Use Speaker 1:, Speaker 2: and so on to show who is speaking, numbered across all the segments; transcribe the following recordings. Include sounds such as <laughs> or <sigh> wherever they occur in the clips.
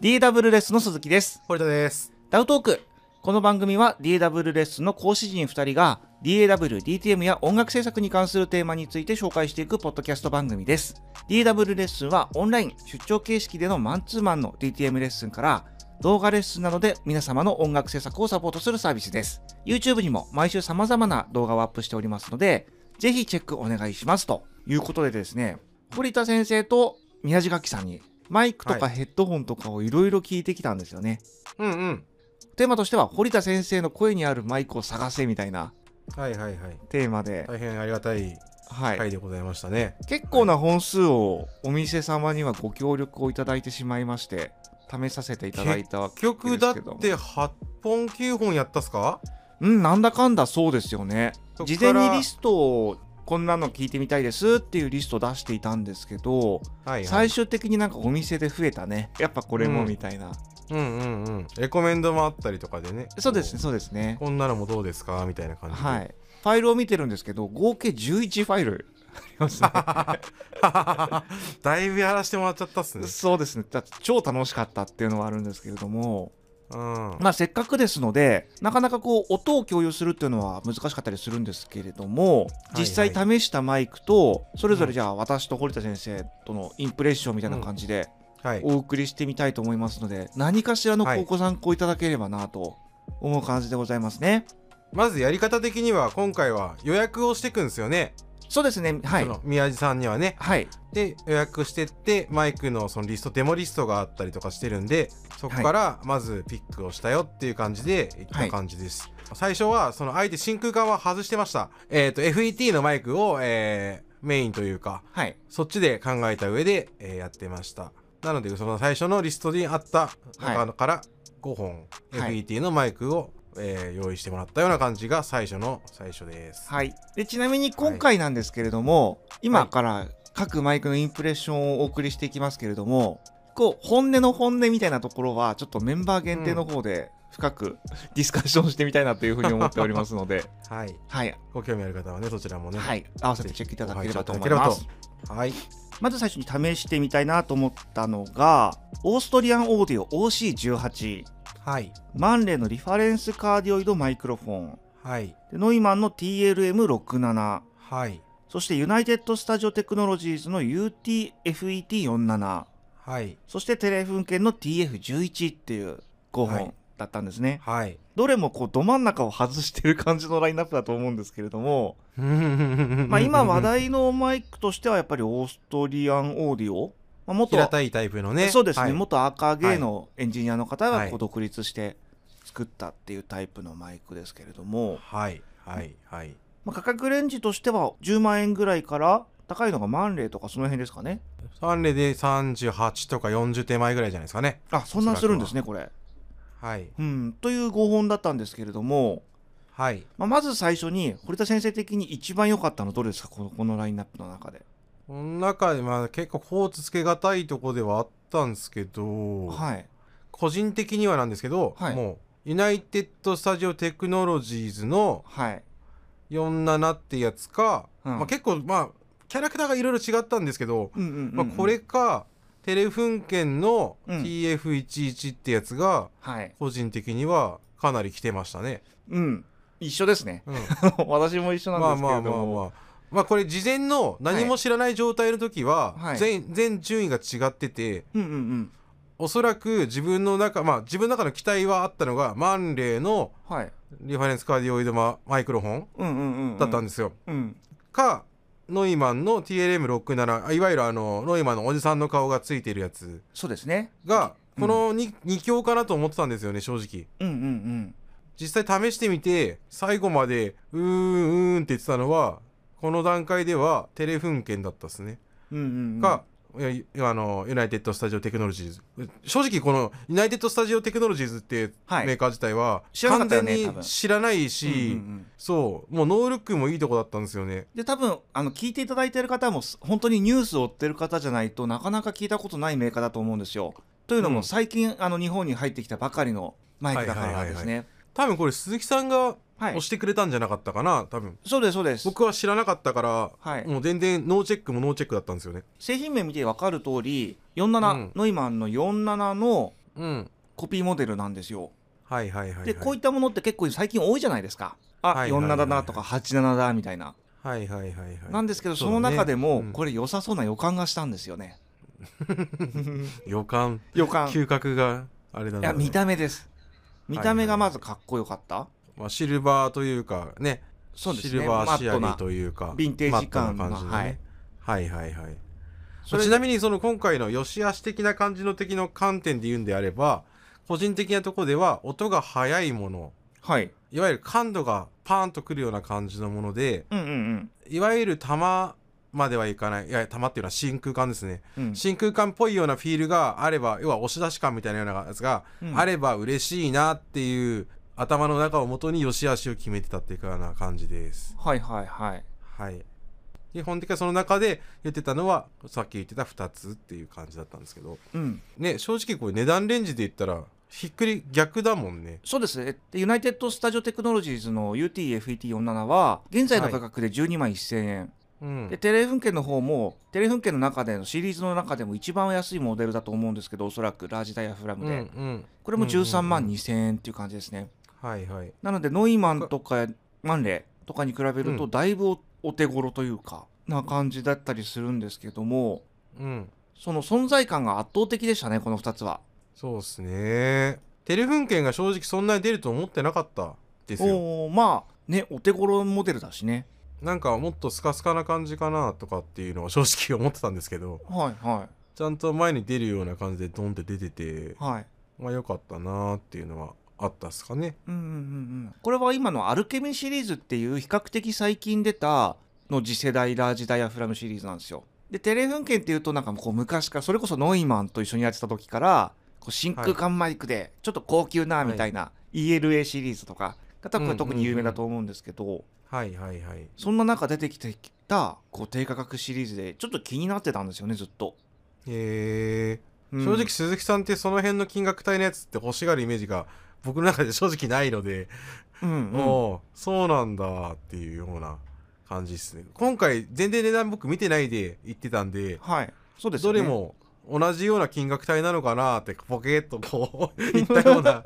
Speaker 1: DW レッスンの鈴木です。
Speaker 2: 堀田です。
Speaker 1: ダウトーク。この番組は DW レッスンの講師陣2人が DAW、DTM や音楽制作に関するテーマについて紹介していくポッドキャスト番組です。DW レッスンはオンライン、出張形式でのマンツーマンの DTM レッスンから動画レッスンなどで皆様の音楽制作をサポートするサービスです。YouTube にも毎週様々な動画をアップしておりますので、ぜひチェックお願いします。ということでですね、堀田先生と宮地楽器さんにマイクとか
Speaker 2: は
Speaker 1: ヘッドホンとかをいろいろ聞いてきたんですよね。
Speaker 2: うんうん。
Speaker 1: テーマとしては堀田先生の声にあるマイクを探せみたいな
Speaker 2: はいはいはい。
Speaker 1: テーマで、
Speaker 2: 大変ありがたい
Speaker 1: はい
Speaker 2: 回でございましたね。
Speaker 1: 結構な本数をお店様にはご協力をいただいてしまいまして試させていただいたわけ
Speaker 2: 結局だっ
Speaker 1: ですけども
Speaker 2: て8本9本やったっすか
Speaker 1: うんなんだかんだそうですよね
Speaker 2: そっから
Speaker 1: 事前にリストをこんなの聞いてみたいですっていうリストを出していたんですけど、
Speaker 2: はいはい。
Speaker 1: 最終的になんかお店で増えたねやっぱこれもみたいな、
Speaker 2: うんうんうん。レコメンドもあったりとかでね。
Speaker 1: そうですねそうですね
Speaker 2: こう。こんなのもどうですかみたいな感じで。
Speaker 1: は。いファイルを見てるんですけど合計11ファイルありますね
Speaker 2: <laughs> だいぶやらしてもらっちゃったっすね。
Speaker 1: そうですねだって超楽しかったっていうのはあるんですけれども、
Speaker 2: うん。
Speaker 1: まあ、せっかくですのでなかなかこう音を共有するっていうのは難しかったりするんですけれども
Speaker 2: はい
Speaker 1: 実際試したマイクとそれぞれじゃあ私と堀田先生とのインプレッションみたいな感じで
Speaker 2: はい。
Speaker 1: お送りしてみたいと思いますので何かしらのこう
Speaker 2: はい
Speaker 1: ご参考いただければなと思う感じでございますね。
Speaker 2: まずやり方的には今回は予約をしていくんですよね。
Speaker 1: そうですねはい
Speaker 2: その宮地さんにはね。
Speaker 1: はい
Speaker 2: で予約してってマイクのそのリストデモリストがあったりとかしてるんでそこからまずピックをしたよっていう感じでいった感じです、最初はそのあえて真空管は外してましたえっ、と FET のマイクを、えーメインというか
Speaker 1: はい
Speaker 2: そっちで考えた上で、えーやってましたなのでその最初のリストにあった中から5本、
Speaker 1: はい
Speaker 2: FET のマイクを、えー用意してもらったような感じが最初の最初です
Speaker 1: はい、でちなみに今回なんですけれども、今
Speaker 2: はい
Speaker 1: から各マイクのインプレッションをお送りしていきますけれどもこう本音の本音みたいなところはちょっとメンバー限定の方で深くディスカッションしてみたいなというふうに思っておりますの <laughs> で、
Speaker 2: はい
Speaker 1: はい
Speaker 2: ご興味ある方はねそちらもね
Speaker 1: はい、合わせてチェックいただければと思い
Speaker 2: ご拝
Speaker 1: ま
Speaker 2: 聴
Speaker 1: す
Speaker 2: いただければとはい
Speaker 1: まず最初に試してみたいなと思ったのがオーストリアンオーディオ OC18
Speaker 2: はい
Speaker 1: マンレーのリファレンスカーディオイドマイクロフォン
Speaker 2: はい
Speaker 1: でノイマンの TLM67
Speaker 2: はい
Speaker 1: そしてユナイテッド・スタジオ・テクノロジーズの UTFET47
Speaker 2: はい
Speaker 1: そしてテレフン県の TF11 っていう5
Speaker 2: は
Speaker 1: 本
Speaker 2: い
Speaker 1: だったんですね、
Speaker 2: はい
Speaker 1: どれもこうど真ん中を外してる感じのラインナップだと思うんですけれども、ま
Speaker 2: ま
Speaker 1: あ、今話題のマイクとしてはやっぱりオーストリアンオーディオ、まあ、元
Speaker 2: 平たいタイプのね
Speaker 1: そうですね、
Speaker 2: はい
Speaker 1: 元アーカーゲーのエンジニアの方が
Speaker 2: は
Speaker 1: こう
Speaker 2: い
Speaker 1: 独立して作ったっていうタイプのマイクですけれども、
Speaker 2: はいはいはい
Speaker 1: まあ、価格レンジとしては10万円ぐらいから高いのがマンレーとかその辺ですかね
Speaker 2: 3例で38とか40手前ぐらいじゃないですかね
Speaker 1: あそんなんするんですねこれ。
Speaker 2: はい
Speaker 1: うん、という5本だったんですけれども、
Speaker 2: はい
Speaker 1: まあ、まず最初に堀田先生的に一番良かったのどれですかこのこのラインナップの中で。
Speaker 2: この中でまあ結構コーツつけがたいとこではあったんですけど、
Speaker 1: はい、
Speaker 2: 個人的にはなんですけど、
Speaker 1: はい
Speaker 2: もうユナイテッド・スタジオ・テクノロジーズの
Speaker 1: はい、
Speaker 2: 47ってやつか、
Speaker 1: うん
Speaker 2: まあ、結構まあキャラクターがいろいろ違ったんですけど、
Speaker 1: うんうんうんうん
Speaker 2: まあ、これか、テレフン県の
Speaker 1: うん
Speaker 2: TF11 ってやつが
Speaker 1: はい、
Speaker 2: 個人的にはかなり来てましたね。
Speaker 1: うん、一緒ですね <laughs>
Speaker 2: うん
Speaker 1: 私も一緒
Speaker 2: ま
Speaker 1: な
Speaker 2: あ
Speaker 1: んです
Speaker 2: ま
Speaker 1: け
Speaker 2: あ
Speaker 1: れ
Speaker 2: ま
Speaker 1: ど
Speaker 2: あ
Speaker 1: も、
Speaker 2: まあ。まあこれ事前の何も知らない状態の時は
Speaker 1: はい
Speaker 2: 全全順位が違ってて
Speaker 1: うんうんうん
Speaker 2: おそらく自分の中まあ自分の中の期待はあったのがマンレーの
Speaker 1: はい、
Speaker 2: リファレンスカーディオイドママイクロフォン
Speaker 1: うんうんうんうん、
Speaker 2: だったん
Speaker 1: で
Speaker 2: ですよ。
Speaker 1: す、うん、
Speaker 2: かノイマンの TLM67 あいわゆるあのノイマンのおじさんの顔がついてるやつ
Speaker 1: そうですね。
Speaker 2: が
Speaker 1: うん
Speaker 2: この 2, 二強かなと思ってたんですよね正直
Speaker 1: うんうんうん、
Speaker 2: 実際試してみて最後までうーんうーんって言ってたのはこの段階ではテレフン圏だったですね
Speaker 1: うんうんうん、
Speaker 2: が、いやあのユナイテッド・スタジオ・テクノロジーズ正直このユナイテッド・スタジオ・テクノロジーズって
Speaker 1: はい
Speaker 2: メーカー自体は
Speaker 1: 知らなか
Speaker 2: 完
Speaker 1: ったよ
Speaker 2: 全
Speaker 1: ね多
Speaker 2: に
Speaker 1: 分
Speaker 2: 知らないし、
Speaker 1: うんうんうん
Speaker 2: そうもうノールックもいいとこだったんですよね
Speaker 1: で多分あの聞いていただいている方もす本当にニュースを追ってる方じゃないとなかなか聞いたことないメーカーだと思うんですよ。というのも、
Speaker 2: うん
Speaker 1: 最近あの日本に入ってきたばかりのマイクだからなんですね。
Speaker 2: 多分これ鈴木さんが
Speaker 1: はい
Speaker 2: 押してくれたんじゃなかったかな多分
Speaker 1: そうですそうです。
Speaker 2: 僕は知らなかったから、
Speaker 1: はい
Speaker 2: もう全然ノーチェックもノーチェックだったんですよね
Speaker 1: 製品名見て分かる通り47、
Speaker 2: うん
Speaker 1: ノイマンの47の
Speaker 2: うん
Speaker 1: コピーモデルなんですよ。
Speaker 2: はいはいはい、はい、
Speaker 1: でこういったものって結構最近多いじゃないですか。あ、
Speaker 2: はいはいはい
Speaker 1: 47だとか87だみたいな。
Speaker 2: はいはいはいはい
Speaker 1: なんですけどその
Speaker 2: うだね
Speaker 1: 中でも
Speaker 2: うん
Speaker 1: これ良さそうな予感がしたんですよ
Speaker 2: <laughs>
Speaker 1: ね。
Speaker 2: 予感
Speaker 1: 予感。い
Speaker 2: 嗅覚があれなんだ
Speaker 1: や
Speaker 2: ろうね
Speaker 1: 見た目です。見た目がまずかっこよかった。
Speaker 2: まあ、シルバーというかね
Speaker 1: そうですね。
Speaker 2: シルバー仕上
Speaker 1: マ
Speaker 2: げ
Speaker 1: ットな
Speaker 2: というか
Speaker 1: ヴィンテージ感
Speaker 2: マットな感じのねはいはいはい
Speaker 1: それ
Speaker 2: ちなみにその今回の良し悪し的な感じの敵の観点で言うんであれば個人的なところでは音が速いもの
Speaker 1: はい。
Speaker 2: いわゆる感度がパーンとくるような感じのもので
Speaker 1: うんうん
Speaker 2: いわゆる弾まではいかないいや弾っていうのは真空管ですね
Speaker 1: うん。うん
Speaker 2: 真空管っぽいようなフィールがあれば要は押し出し感みたいなようなやつが
Speaker 1: うん
Speaker 2: あれば嬉しいなっていう頭の中を元に良し悪しを決めてたっていうような感じです。
Speaker 1: はいはいはい。
Speaker 2: はい。基本的にはその中で言ってたのはさっき言ってた2つっていう感じだったんですけど
Speaker 1: うん。
Speaker 2: ね正直これ値段レンジで言ったらひっくり逆だもんね。
Speaker 1: そうですね。でユナイテッド・スタジオ・テクノロジーズの UTFET47 は現在の価格で12万1000円。
Speaker 2: うん
Speaker 1: でテレフン券の方もテレフン券の中でのシリーズの中でも一番安いモデルだと思うんですけどおそらくラージダイヤフラム
Speaker 2: うんう
Speaker 1: で、
Speaker 2: ん
Speaker 1: これも13
Speaker 2: う
Speaker 1: 万
Speaker 2: んうんうん
Speaker 1: 2000円っていう感じですね、
Speaker 2: はいはい
Speaker 1: なのでノイマンとかマンレーとかに比べる
Speaker 2: う
Speaker 1: と
Speaker 2: ん
Speaker 1: だいぶおお手頃というかな感じだったりするんですけども
Speaker 2: うん
Speaker 1: その存在感が圧倒的でしたねこの2つは
Speaker 2: そうっすねテレフン券が正直そんなに出ると思ってなかったですよ
Speaker 1: おーまあねお手頃モデルだしね
Speaker 2: なんかもっとスカスカな感じかなとかっていうのは正直思ってたんですけど <laughs>
Speaker 1: はいは
Speaker 2: ちゃんと前に出るような感じでドンって出てて
Speaker 1: いはい
Speaker 2: まあ良かったなーっていうのはあったっすかね
Speaker 1: うんうんうんうんこれは今のアルケミシリーズっていう比較的最近出たの次世代ラージダイヤフラムシリーズなんですよ。でテレフンケンっていうとなんかこう昔からそれこそノイマンと一緒にやってた時からこう真空管マイクでちょっと高級なみたいな ELA シリーズとかが多分特に有名だと思うんですけど
Speaker 2: はいはいはい
Speaker 1: そんな中出てきてきたこう低価格シリーズでちょっと気になってたんですよねずっと。う
Speaker 2: えー
Speaker 1: ん
Speaker 2: 正直鈴木さんってその辺の金額帯のやつって欲しがるイメージが僕の中で正直ないので、
Speaker 1: うんうん
Speaker 2: おおそうなんだっていうような感じですね今回全然値段僕見てないで言ってたんで
Speaker 1: はいそうですよ
Speaker 2: ど
Speaker 1: ね
Speaker 2: れも同じような金額帯なのかなってポケッとこう <laughs> いったよう
Speaker 1: <laughs>
Speaker 2: な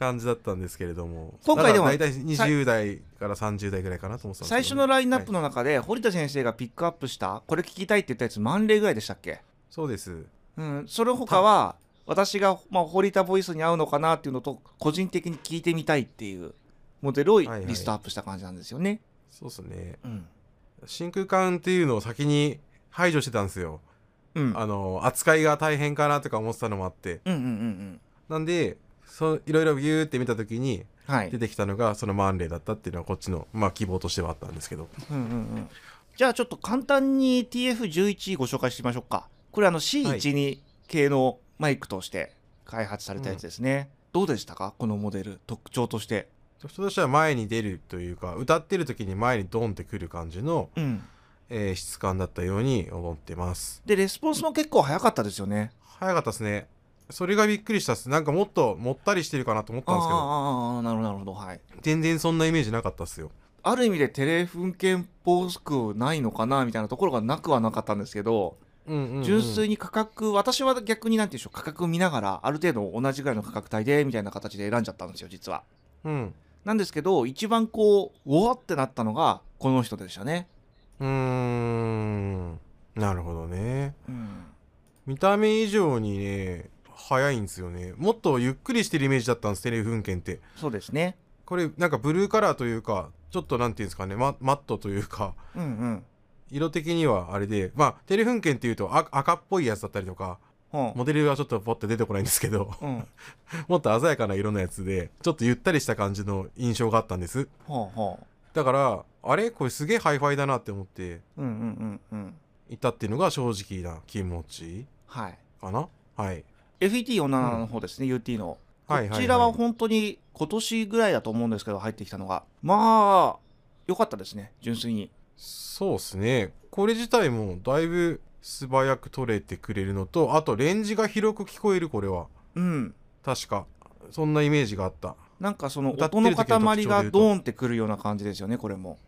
Speaker 2: 感じだったんですけれども
Speaker 1: 今回でも
Speaker 2: だから大体20代から30代ぐらいかなと思ってたん
Speaker 1: 最
Speaker 2: で
Speaker 1: 初
Speaker 2: すけど
Speaker 1: の
Speaker 2: ね
Speaker 1: ラインナップの中で堀田先生がピックアップしたこれ聞きたいって言ったやつ満例ぐらいでしたっけ
Speaker 2: そうです
Speaker 1: うんそれ他は私が、まあ、堀田ボイスに合うのかなっていうのと個人的に聞いてみたいっていうモデルを
Speaker 2: いはい
Speaker 1: リストアップした感じなんですよね。
Speaker 2: そうですね
Speaker 1: うん
Speaker 2: 真空管っていうのを先に排除してたんですよ
Speaker 1: うん
Speaker 2: あの扱いが大変かなとか思ってたのもあって
Speaker 1: うんうんうん
Speaker 2: なんでそういろいろビューって見た時に
Speaker 1: うんはい
Speaker 2: 出てきたのがそのマンレーだったっていうのはこっちのまあ希望としてはあったんですけど
Speaker 1: うんうんうんじゃあちょっと簡単に TF11 ご紹介しましょうかこれあの C12 系のマイクとして開発されたやつですね、どうでしたかこのモデル特徴として
Speaker 2: 人としては前に出るというか歌ってる時に前にドンってくる感じの、
Speaker 1: うん
Speaker 2: えー質感だったように思ってます
Speaker 1: でレスポンスも結構早かったですよね
Speaker 2: 早かったですねそれがびっくりしたっすなんかもっともったりしてるかなと思ったんですけど
Speaker 1: ああなるほどなるほどはい
Speaker 2: 全然そんなイメージなかったっすよ
Speaker 1: ある意味でテレフン憲法くないのかなみたいなところがなくはなかったんですけど、
Speaker 2: うんうんうん
Speaker 1: 純粋に価格私は逆になんていうんでしょう価格を見ながらある程度同じぐらいの価格帯でみたいな形で選んじゃったんですよ実は
Speaker 2: うん
Speaker 1: なんですけど一番こううわってなったのがこの人でしたね
Speaker 2: うーんなるほどね
Speaker 1: うん
Speaker 2: 見た目以上にね早いんですよねもっとゆっくりしてるイメージだったんですテレフン券って
Speaker 1: そうですね
Speaker 2: これなんかブルーカラーというかちょっとなんていうんですかねママットというか
Speaker 1: うんうん
Speaker 2: 色的にはあれでまあテレフン券っていうとあ赤っぽいやつだったりとか
Speaker 1: ほう
Speaker 2: モデルはちょっとポッて出てこないんですけど
Speaker 1: うん
Speaker 2: もっと鮮やかな色のやつでちょっとゆったりした感じの印象があったんです
Speaker 1: ほうほ
Speaker 2: だからあれこれすげえハイファイだなって思って
Speaker 1: ううんうんうんうん
Speaker 2: いたっていうのが正直な気持ち
Speaker 1: はい
Speaker 2: かなはい
Speaker 1: FET47 の方ですね、UT の
Speaker 2: はいはい
Speaker 1: こちらは本当に今年ぐらいだと思うんですけど入ってきたのがまあ良かったですね純粋に
Speaker 2: そうですねこれ自体もだいぶ素早く取れてくれるのとあとレンジが広く聞こえるこれは
Speaker 1: うん
Speaker 2: 確かそんなイメージがあった
Speaker 1: なんかその
Speaker 2: 歌って
Speaker 1: 音
Speaker 2: る時
Speaker 1: の
Speaker 2: の特徴で言うと
Speaker 1: 塊がドーンってくるような感じですよねこれも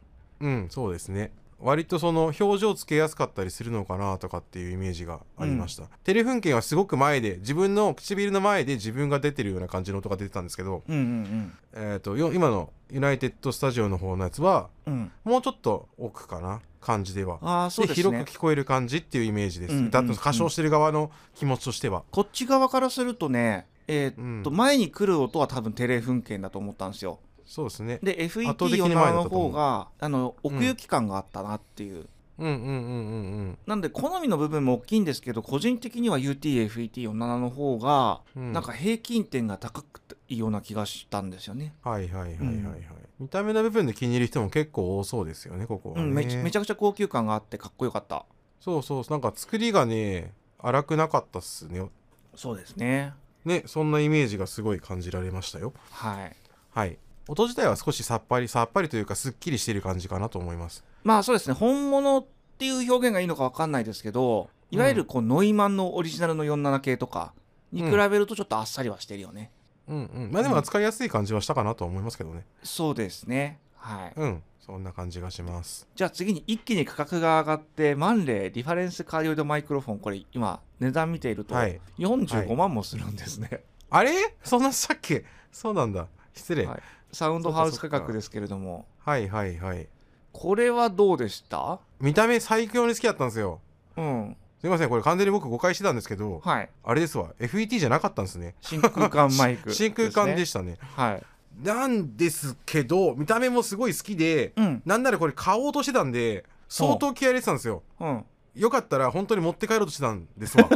Speaker 2: うんそうですね割とその表情つけやすかったりするのかなとかっていうイメージがありました、テレフンケンはすごく前で自分の唇の前で自分が出てるような感じの音が出てたんですけど、
Speaker 1: うんうん
Speaker 2: えー、とよ今のユナイテッド・スタジオの方のやつは
Speaker 1: うんうん
Speaker 2: もうちょっと奥かな感じでは
Speaker 1: ああそうですね
Speaker 2: 広く聞こえる感じっていうイメージです、
Speaker 1: うんうんうん
Speaker 2: だと歌唱してる側の気持ちとしては、
Speaker 1: こっち側からするとねえーっと、
Speaker 2: うん
Speaker 1: 前に来る音は多分テレフンケンだと思ったんですよ
Speaker 2: そうですね
Speaker 1: で
Speaker 2: 倒的に
Speaker 1: FET47
Speaker 2: 前だっ
Speaker 1: の
Speaker 2: たと思
Speaker 1: 方
Speaker 2: う
Speaker 1: があの
Speaker 2: ん
Speaker 1: 奥行き感があったなっていう、
Speaker 2: うんうんうんうんうん
Speaker 1: なんで好みの部分も大きいんですけど個人的には UTFET47 の方が、
Speaker 2: うん
Speaker 1: なんか平均点が高くていいような気がしたんですよね、
Speaker 2: はいはいはいはい
Speaker 1: う
Speaker 2: はい、
Speaker 1: ん
Speaker 2: 見た目の部分で気に入る人も結構多そうですよねここは
Speaker 1: う
Speaker 2: ね、
Speaker 1: ん、めちめちゃくちゃ高級感があってかっこよかった
Speaker 2: そうそうなんか作りがね荒くなかったっすね
Speaker 1: そうですね
Speaker 2: ねそんなイメージがすごい感じられましたよ
Speaker 1: はい
Speaker 2: はい音自体は少しさっぱりさっぱりというかすっきりしてる感じかなと思います
Speaker 1: まあそうですね本物っていう表現がいいのかわかんないですけどいわゆるこうノイマンのオリジナルの47系とかに比べるとちょっとあっさりはしてるよね、
Speaker 2: うんうんまあでも扱いやすい感じはしたかなと思いますけどね
Speaker 1: そうですねはい
Speaker 2: うんそんな感じがします
Speaker 1: じゃあ次に一気に価格が上がってマンレーリファレンスカーディオイドマイクロフォンこれ今値段見ていると
Speaker 2: はい
Speaker 1: 45万もするんですね、
Speaker 2: あれそんなしたっけそうなんだ失礼、
Speaker 1: はいサウンドハウス価格ですけれども
Speaker 2: はい、はいはい
Speaker 1: これはどうでした
Speaker 2: 見た目最強に好きだったんですよ
Speaker 1: うん
Speaker 2: すいませんこれ完全に僕誤解してたんですけど
Speaker 1: はい
Speaker 2: あれですわ FET じゃなかったんですね
Speaker 1: 真空管マイク
Speaker 2: <laughs> 真空管で
Speaker 1: し
Speaker 2: したね
Speaker 1: たはい
Speaker 2: なんですけど見た目もすごい好きで
Speaker 1: うん
Speaker 2: なんならこれ買おうとしてたんで相当気合い入れてたんですよ
Speaker 1: うん
Speaker 2: よかったら本当に持って帰ろうとしてたんですわ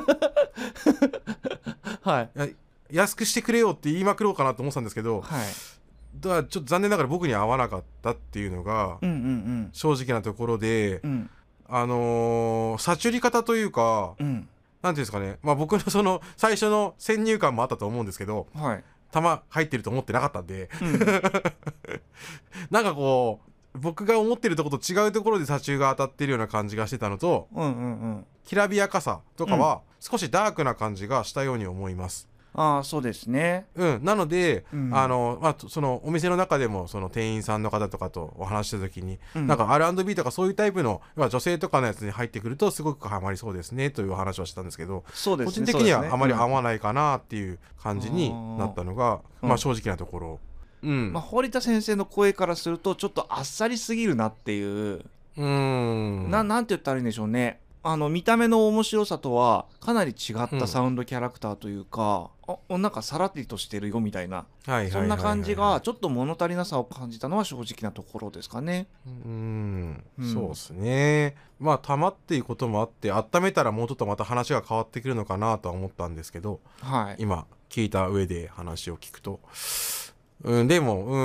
Speaker 1: はい
Speaker 2: 安くしてくれよって言いまくろうかなと思ってたんですけど
Speaker 1: はい
Speaker 2: だからちょっと残念ながら僕に合わなかったっていうのが
Speaker 1: うんうん
Speaker 2: 正直なところで
Speaker 1: うんうん
Speaker 2: あのー、サチュリ方というか
Speaker 1: うん
Speaker 2: なんていうんですかねまあ僕のその最初の先入観もあったと思うんですけど
Speaker 1: はい、
Speaker 2: <laughs> 弾入ってると思ってなかったんで
Speaker 1: うん、
Speaker 2: なんかこう僕が思ってるとこと違うところで砂中が当たってるような感じがしてたのと
Speaker 1: うんうんうん
Speaker 2: きらびやかさとかは少しダークな感じがしたように思います。
Speaker 1: ああそうですね
Speaker 2: うん、なので、
Speaker 1: うん
Speaker 2: あのまあ、とそのお店の中でもその店員さんの方とかとお話しした時に、
Speaker 1: うん
Speaker 2: なんか R&B とかそういうタイプの要は女性とかのやつに入ってくるとすごくハマりそうですねというお話はしたんですけど
Speaker 1: そうです
Speaker 2: 個
Speaker 1: ね
Speaker 2: 人的に
Speaker 1: そうですね
Speaker 2: はあまり
Speaker 1: うん
Speaker 2: 合わないかなっていう感じになったのが、
Speaker 1: うん
Speaker 2: まあ、正直なところ。うん
Speaker 1: まあ、堀田先生の声からするとちょっとあっさりすぎるなっていう、
Speaker 2: うーん
Speaker 1: ななんて言ったらいいんでしょうねあの見た目の面白さとはかなり違っ
Speaker 2: う
Speaker 1: た
Speaker 2: ん
Speaker 1: サウンドキャラクターというか、あおなんかさらりとしてるよみたいな
Speaker 2: はいはいはいはい
Speaker 1: そんな感じがちょっと物足りなさを感じたのは正直なところですかね。
Speaker 2: うん
Speaker 1: うん
Speaker 2: そうですねまあ玉っていうこともあって温めたらもうちょっとまた話が変わってくるのかなとは思ったんですけど
Speaker 1: はい、
Speaker 2: 今聞いた上で話を聞くと、うん、でもう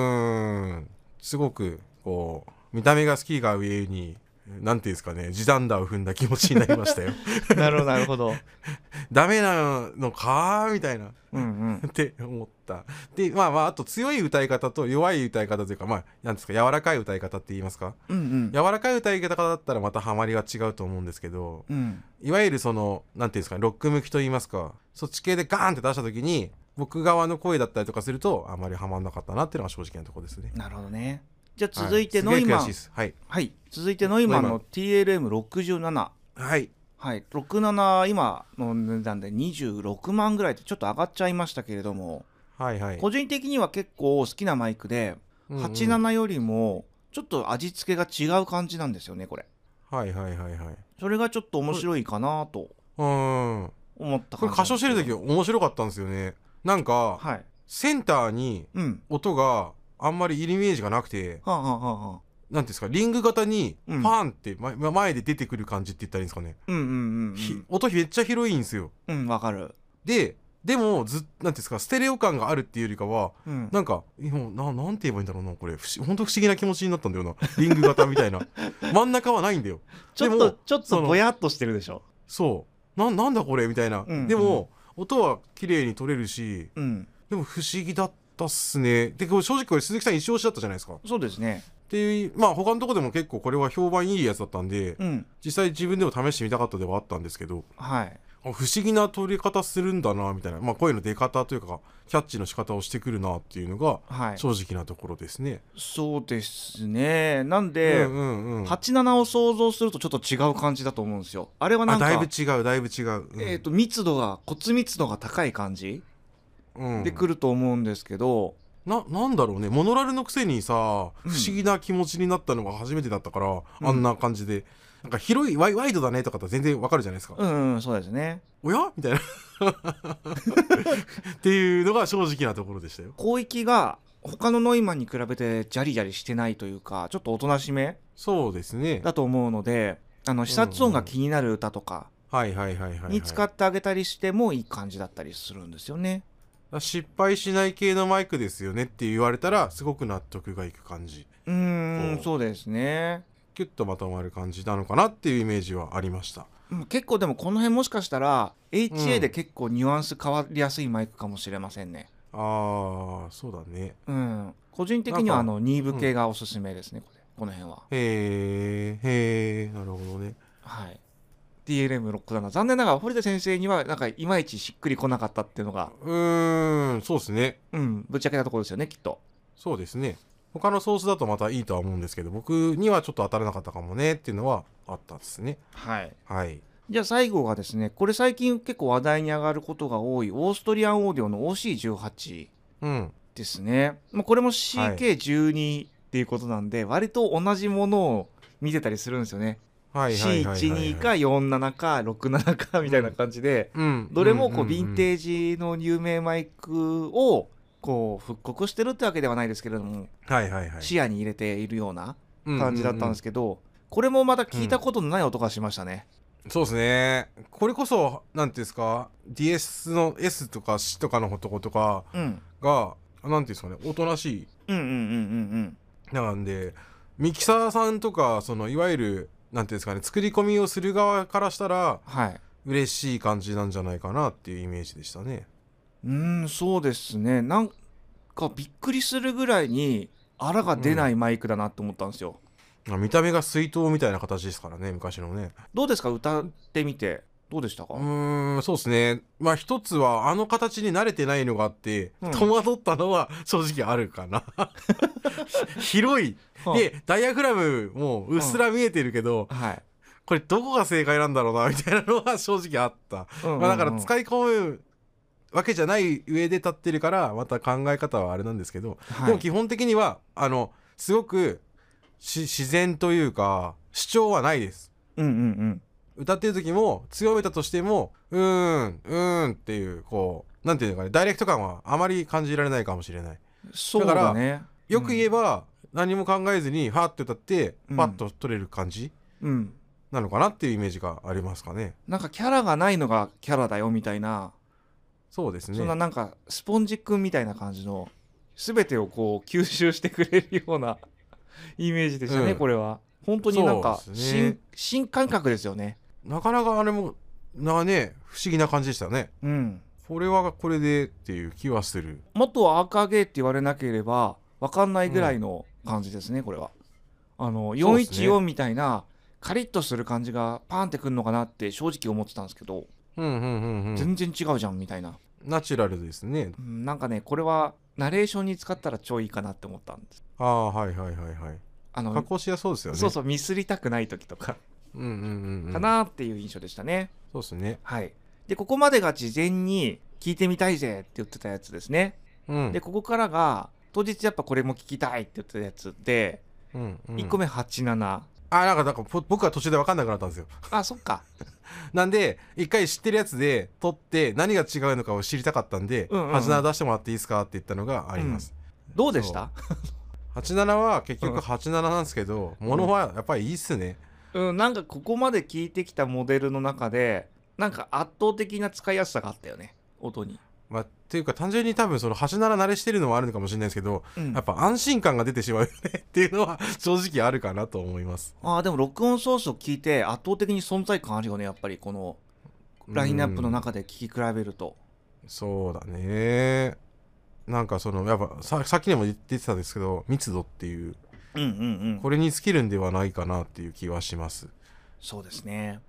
Speaker 2: んすごくこう見た目が好きが上になんていうんですかね地団打を踏んだ気持ちになりました
Speaker 1: <laughs>
Speaker 2: よ
Speaker 1: なるほどなるほど。
Speaker 2: ダメなのかみたいな
Speaker 1: うんうん
Speaker 2: って思ったでまあまああと強い歌い方と弱い歌い方というかまあなんですか柔らかい歌い方って言いますか
Speaker 1: うん
Speaker 2: 柔らかい歌い方だったらまたハマりが違うと思うんですけど
Speaker 1: うんうん
Speaker 2: いわゆるそのなんていうんですかねロック向きと言いますかそっち系でガーンって出した時に僕側の声だったりとかするとあまりハマんなかったなっていうのが正直なところですね。
Speaker 1: なるほどね。じゃあ続いてノ
Speaker 2: はい
Speaker 1: イ
Speaker 2: すげえ
Speaker 1: マ
Speaker 2: 悔
Speaker 1: ン、は
Speaker 2: しいで
Speaker 1: い
Speaker 2: すはい、
Speaker 1: 続いてノイマン
Speaker 2: ノ
Speaker 1: の TLM67
Speaker 2: はい、
Speaker 1: はい、67今の値段で26万ぐらいってちょっと上がっちゃいましたけれども、
Speaker 2: はいはい
Speaker 1: 個人的には結構好きなマイクで、
Speaker 2: うんうん
Speaker 1: 87よりもちょっと味付けが違う感じなんですよねこれ
Speaker 2: はいはいはいはいう
Speaker 1: それがちょっと面白いかなと
Speaker 2: ーん
Speaker 1: 思った
Speaker 2: こ
Speaker 1: 感
Speaker 2: れ
Speaker 1: じ
Speaker 2: 歌唱してる時
Speaker 1: は
Speaker 2: 面白かったんですよねなんか
Speaker 1: はい
Speaker 2: センターに
Speaker 1: うん
Speaker 2: 音があんまりイメージがなくて
Speaker 1: はあ、はあはあはあ、
Speaker 2: なんていうんですかリング型にパ
Speaker 1: うん
Speaker 2: ーンって前前で出てくる感じって言ったらいいんですかね
Speaker 1: うんうんうん
Speaker 2: ひ音めっちゃ広いんですよ
Speaker 1: うんうんわかる
Speaker 2: ででもずっなんていうんですかステレオ感があるっていうよりかは
Speaker 1: うん
Speaker 2: なんかいやもうななんて言えばいいんだろうなこれ不思本当不思議な気持ちになったん
Speaker 1: <laughs>
Speaker 2: だよなリング型みたいな真ん中はないんだよ
Speaker 1: ちょっ
Speaker 2: で
Speaker 1: と
Speaker 2: も
Speaker 1: ちょっと
Speaker 2: その
Speaker 1: ぼやっとしてるでしょ
Speaker 2: そうななんだこれみたいな、
Speaker 1: うん
Speaker 2: でも音は綺麗に取れるし
Speaker 1: うん
Speaker 2: でも不思議だったっすねでこれ正直これ鈴木さん一押しだったじゃないですかっ
Speaker 1: そうですね
Speaker 2: ていうまあ他のとこでも結構これは評判いいやつだったんで、
Speaker 1: うん
Speaker 2: 実際自分でも試してみたかったではあったんですけど
Speaker 1: はい
Speaker 2: あ不思議な取り方するんだなみたいな、まあ、声の出方というかキャッチの仕方をしてくるなっていうのが
Speaker 1: はい、
Speaker 2: 正直なところですね。
Speaker 1: そうですねなんで、
Speaker 2: うんうんうん、
Speaker 1: 87を想像するとちょっと違う感じだと思うんですよあれはな
Speaker 2: あ
Speaker 1: んか
Speaker 2: だいぶ違うだいぶ違う。うん
Speaker 1: えー、と密度が骨密度が高い感じ
Speaker 2: うん
Speaker 1: でくると思うんですけど、
Speaker 2: ななんだろうねモノラルのくせにさ不思
Speaker 1: うん
Speaker 2: 議な気持ちになったのが初めてだったから、
Speaker 1: うん
Speaker 2: あんな感じでなんか広いワイワイドだねとかだと全然わかるじゃないですか、
Speaker 1: うん、うん、そうですね
Speaker 2: お
Speaker 1: <laughs>
Speaker 2: やみたいなっていうのが正直なところでしたよ
Speaker 1: 広域が他のノイマンに比べてジャリジャリしてないというかちょっとおとなしめ
Speaker 2: そうですね
Speaker 1: だと思うのであの視察音が気になる歌とか
Speaker 2: はいはいはいはい、はい、
Speaker 1: に使ってあげたりしてもいい感じだったりするんですよね。
Speaker 2: 失敗しない系のマイクですよねって言われたらすごく納得がいく感じ
Speaker 1: うー
Speaker 2: お
Speaker 1: ん
Speaker 2: う
Speaker 1: そうですね
Speaker 2: キュッとまとまる感じなのかなっていうイメージはありました
Speaker 1: うん結構でもこの辺もしかしたら
Speaker 2: う
Speaker 1: HA
Speaker 2: ん
Speaker 1: で結構ニュアンス変わりやすいマイクかもしれませんね。
Speaker 2: あーそうだね
Speaker 1: うん、個人的には
Speaker 2: な
Speaker 1: あ
Speaker 2: んか
Speaker 1: の2部系がおすすめですね、これこの辺は。
Speaker 2: へえへえなるほどね
Speaker 1: はい、DLM ロックだな残念ながら堀田先生にはなんかいまいちしっくりこなかったっていうのが、
Speaker 2: うーんそうですね
Speaker 1: うん、ぶっちゃけたところですよねきっと。
Speaker 2: そうですね。他のソースだとまたいいとは思うんですけど、僕にはちょっと当たらなかったかもねっていうのはあったんですね。
Speaker 1: はい、
Speaker 2: はい。
Speaker 1: じゃあ最後がですねこれ最近結構話題に上がることが多いオーストリアンオーディオの OC18
Speaker 2: うん。
Speaker 1: ですね、まあ、これも
Speaker 2: はい
Speaker 1: CK12 っていうことなんで、割と同じものを見てたりするんですよね、
Speaker 2: はいはいはいはい、はい。
Speaker 1: C12 か47か67かみたいな感じで。
Speaker 2: うん。
Speaker 1: どれもこう
Speaker 2: うん
Speaker 1: ヴィン
Speaker 2: うん
Speaker 1: テージの有名マイクをこう復刻してるってわけではないですけれども
Speaker 2: うんはいはいはい。
Speaker 1: 視野に入れているような
Speaker 2: 感
Speaker 1: 感じだったんですけどこれもまた聞いたことのない音がしましたね。
Speaker 2: そうですね。これこそ、なんていうんですか、DS の S とか C とかのとことか
Speaker 1: うん
Speaker 2: が、なんていうんですかね、おとなし
Speaker 1: うんうんうん
Speaker 2: い。なんで、ミキサーさんとか、そのいわゆる、なんていうんですかね、作り込みをする側からしたら、
Speaker 1: うんはい。
Speaker 2: 嬉しい感じなんじゃないかなっていうイメージでしたね。
Speaker 1: うーんそうですねなんかびっくりするぐらいにあらが出ないマイクだなって思ったんですよ。
Speaker 2: まあ見た目が水筒みたいな形ですからね昔のね
Speaker 1: どうですか歌ってみてどうでしたか、
Speaker 2: うーんそうですねまあ一つはあの形に慣れてないのがあって、
Speaker 1: うん
Speaker 2: 戸惑ったのは正直あるかな <laughs> 広い
Speaker 1: はい
Speaker 2: でダイヤグラムもうっすら見えてるけど、
Speaker 1: はい。
Speaker 2: これどこが正解なんだろうなみ <laughs> たいなのは正直あった、
Speaker 1: うんうんうん
Speaker 2: まあ、だから使い込むわけじゃない上で立ってるからまた考え方はあれなんですけど、
Speaker 1: は
Speaker 2: でも
Speaker 1: い
Speaker 2: 基本的にはあのすごくし自然というか主張はないです
Speaker 1: うんうんうん
Speaker 2: 歌ってる時も強めたとしてもうーんうーんっていうこうなんていうのかねダイレクト感はあまり感じられないかもしれない
Speaker 1: そうだね。
Speaker 2: よく言えば、何も考えずにハーって歌って
Speaker 1: うん
Speaker 2: パッと取れる感じ
Speaker 1: うんうん
Speaker 2: なのかなっていうイメージがありますかね
Speaker 1: なんかキャラがないのがキャラだよみたいな、
Speaker 2: そうです
Speaker 1: そんな
Speaker 2: ね
Speaker 1: なんかスポンジくんみたいな感じの全てをこう吸収してくれるような <laughs> イメージでしたね、
Speaker 2: うん
Speaker 1: これは本当になんか
Speaker 2: そうです
Speaker 1: 新,、
Speaker 2: ね
Speaker 1: 新感覚ですよね
Speaker 2: なかなかあれもなね不思議な感じでしたね
Speaker 1: うん
Speaker 2: これはこれでっていう気はする
Speaker 1: 元はアーカーゲーって言われなければ分かんないぐらいの感じですね、これはあの
Speaker 2: そうですね
Speaker 1: 414みたいなカリッとする感じがパーンってくるのかなって正直思ってたんですけど、
Speaker 2: うんうんうんうん
Speaker 1: 全然違うじゃんみたいな、
Speaker 2: ナチュラルですね
Speaker 1: うん、なんかねこれはナレーションに使ったら超いいかなって思ったんです
Speaker 2: ああはいはいはいはい
Speaker 1: あの
Speaker 2: 加工しやすそうですよね
Speaker 1: そうそうミスりたくない時とか
Speaker 2: うんうんうん
Speaker 1: かなっていう印象でしたね、
Speaker 2: そうですね
Speaker 1: はいでここまでが事前に聞いてみたいぜって言ってたやつですね、
Speaker 2: うん
Speaker 1: でここからが当日やっぱこれも聞きたいって言ってたやつで、
Speaker 2: うんうん
Speaker 1: 1個目87
Speaker 2: あなんかなんかぽ僕は途中で分かんなくなったんですよ <laughs>
Speaker 1: あそっか
Speaker 2: なんで一回知ってるやつで撮って何が違うのかを知りたかったんで「
Speaker 1: うんうんうん
Speaker 2: 87出してもらっていいですか?」って言ったのがあります、
Speaker 1: どうでした
Speaker 2: 87は結局87なんですけど、ものはやっぱりいいっすね
Speaker 1: う、ん、なんかここまで聞いてきたモデルの中でなんか圧倒的な使いやすさがあったよね音に、
Speaker 2: まあっていうか単純に多分その87慣れしてるのもあるのかもしれないですけど
Speaker 1: うん
Speaker 2: やっぱ安心感が出てしまうよねっていうのは正直あるかなと思います
Speaker 1: あーでも録音ソースを聞いて圧倒的に存在感あるよねやっぱりこのラインナップの中で聞き比べると、
Speaker 2: そうだねなんかそのやっぱささっきにも言ってたんですけど密度っていう
Speaker 1: うんうんうん
Speaker 2: これに尽きるんではないかなっていう気はします
Speaker 1: そうですね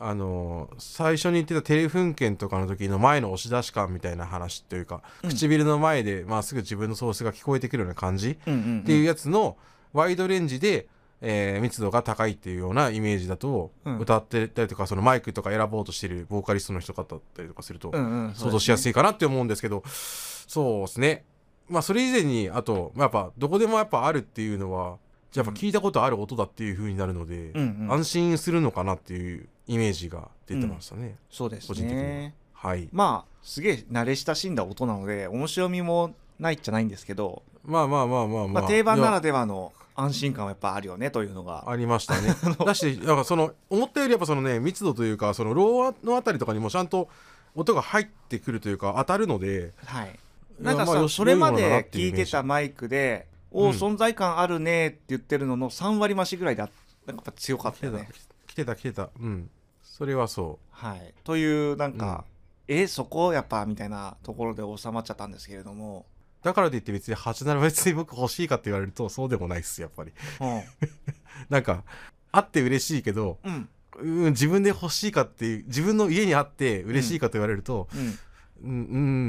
Speaker 2: あの最初に言ってたテレフン券とかの時の前の押し出し感みたいな話というか、
Speaker 1: うん
Speaker 2: 唇の前で、まあ、すぐ自分のソースが聞こえてくるような感じ
Speaker 1: うんうんうん
Speaker 2: っていうやつのワイドレンジで、えー密度が高いっていうようなイメージだと、
Speaker 1: うん
Speaker 2: 歌ってたりとかそのマイクとか選ぼうとしてるボーカリストの人だったりとかすると、
Speaker 1: うんうん
Speaker 2: 想像しや
Speaker 1: い
Speaker 2: すいかなって思うんですけどそうですねまあそれ以前にあとまあやっぱどこでもやっぱあるっていうのはやっぱ聞いたことある音だっていう風になるので、
Speaker 1: うんうん
Speaker 2: 安心するのかなっていうイメージが出てましたね、
Speaker 1: そうです
Speaker 2: 個人的に
Speaker 1: ね
Speaker 2: ははい
Speaker 1: まあすげえ慣れ親しんだ音なので面白みもないっちゃないんですけど、
Speaker 2: まあまあまあまあま
Speaker 1: ま
Speaker 2: あ、
Speaker 1: あ、定番なら
Speaker 2: い
Speaker 1: ではの安心感はやっぱあるよねというの
Speaker 2: や
Speaker 1: が
Speaker 2: ありま
Speaker 1: <laughs>
Speaker 2: したねだしなんかその思ったよりやっぱそのね密度というかそのローのあたりとかにもちゃんと音が入ってくるというか当たるので
Speaker 1: はいなんか
Speaker 2: いやま
Speaker 1: さ
Speaker 2: あ
Speaker 1: それま
Speaker 2: 良いものだな
Speaker 1: で
Speaker 2: っていう
Speaker 1: 聞
Speaker 2: イ
Speaker 1: い
Speaker 2: メー
Speaker 1: て
Speaker 2: ジ
Speaker 1: たマイクで「おお
Speaker 2: うん
Speaker 1: 存在感あるね」って言ってるのの3割増しぐらいであなんかやっぱ強かっ
Speaker 2: 来
Speaker 1: た
Speaker 2: て
Speaker 1: よ
Speaker 2: た、
Speaker 1: ね。
Speaker 2: 来てた来てたうんそれはそ
Speaker 1: はい、というなんか、えそこやっぱみたいなところで収まっちゃったんですけれども、
Speaker 2: うだからといって別に87別に僕欲しいかって言われるとそうでもないっすやっぱり
Speaker 1: う
Speaker 2: なんかあって嬉しいけど
Speaker 1: んうん
Speaker 2: うん自分で欲しいかっていう自分の家にあって嬉しいかと言われると、
Speaker 1: うん
Speaker 2: うん、う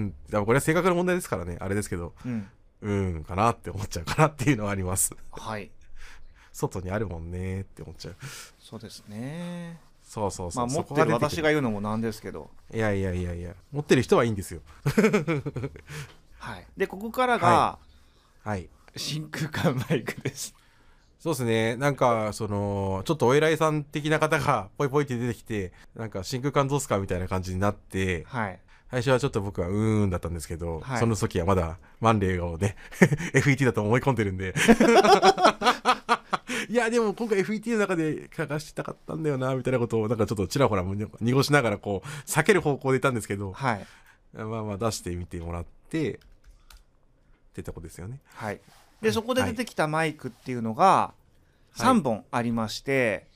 Speaker 2: ん、だからこれは性格の問題ですからね、あれですけど、
Speaker 1: うん、
Speaker 2: うん、かなって思っちゃうかなっていうのはあります。
Speaker 1: はい
Speaker 2: 外にあるもんねって思っちゃう。
Speaker 1: そうですね
Speaker 2: そうそうそ
Speaker 1: ま
Speaker 2: う。
Speaker 1: あ持って
Speaker 2: そこ
Speaker 1: る
Speaker 2: 出
Speaker 1: 私
Speaker 2: く
Speaker 1: が言うのもなんですけど、
Speaker 2: いやいやいやいや、持ってる人はいいんですよ。
Speaker 1: はい、でここからが、
Speaker 2: ははい。
Speaker 1: 真空管マイクです。
Speaker 2: そうですね。なんか、その、ちょっとお偉いさん的な方が、ポイポイって出てきて、なんか、真空管どうすかみたいな感じになって、
Speaker 1: はい。
Speaker 2: 最初はちょっと僕はうーんだったんですけど、
Speaker 1: はい
Speaker 2: その時はまだマンレーをね、FET <laughs> だと思い込んでるん
Speaker 1: <laughs>
Speaker 2: で。いや、でも今回 FET の中で探したかったんだよな、みたいなことを、なんかちょっとちらほら濁しながらこう、避ける方向でいたんですけど、
Speaker 1: はい。
Speaker 2: まあまあ出してみてもらって、ってとこですよね。
Speaker 1: はい。で、そこで
Speaker 2: はい
Speaker 1: 出てきたマイクっていうのが、
Speaker 2: い
Speaker 1: 3本ありまして、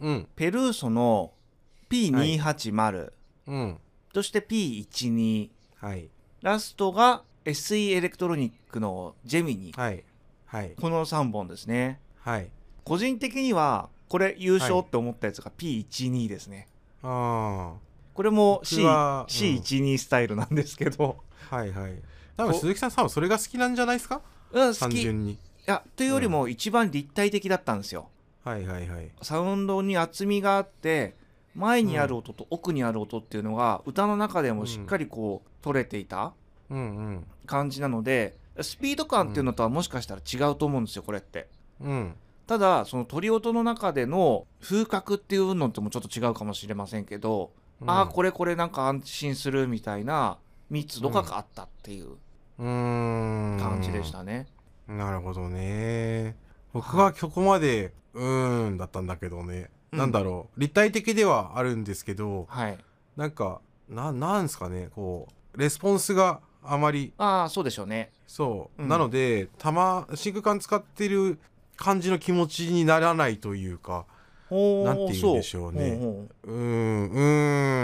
Speaker 2: うん、
Speaker 1: ペルーソの P280、
Speaker 2: うん、
Speaker 1: そして P12、
Speaker 2: はい、
Speaker 1: ラストが SE エレクトロニックのジェミニ。
Speaker 2: はい、はい、
Speaker 1: この3本ですね。
Speaker 2: はい。
Speaker 1: 個人的には、これ優勝って思ったやつが P12 ですね。
Speaker 2: あ
Speaker 1: これも C、
Speaker 2: 僕は
Speaker 1: C12 スタイルなんですけど、
Speaker 2: あ、はい、はい。多分鈴木さん、多分それが好きなんじゃないですか
Speaker 1: うん、好
Speaker 2: 単
Speaker 1: き。い
Speaker 2: 純に。
Speaker 1: や、というよりも一番立体的だったんですよ。
Speaker 2: はい、はい、はい。
Speaker 1: サウンドに厚みがあって前にある音と奥にある音っていうのが歌の中でもしっかりこう取れていた
Speaker 2: うん、うん。
Speaker 1: 感じなのでスピード感っていうのとはもしかしたら違うと思うんですよこれって。
Speaker 2: うん、
Speaker 1: ただその鳥音の中での風格っていうのともちょっと違うかもしれませんけど、ああこれこれなんか安心するみたいな密度があったっていう
Speaker 2: れ感
Speaker 1: 感じでしたね。
Speaker 2: なるほどね僕はここまでうーんだったんだけどね、
Speaker 1: うん
Speaker 2: なんだろう立体的ではあるんですけど
Speaker 1: はい、
Speaker 2: なんかななんすかねこうレスポンスがあまり
Speaker 1: ああそうでしょうね。
Speaker 2: そう、
Speaker 1: うん
Speaker 2: なのでたま真空管使ってる感じの気持ちにならないというか
Speaker 1: おー
Speaker 2: なんて言うんでしょうね
Speaker 1: そんん
Speaker 2: うーんう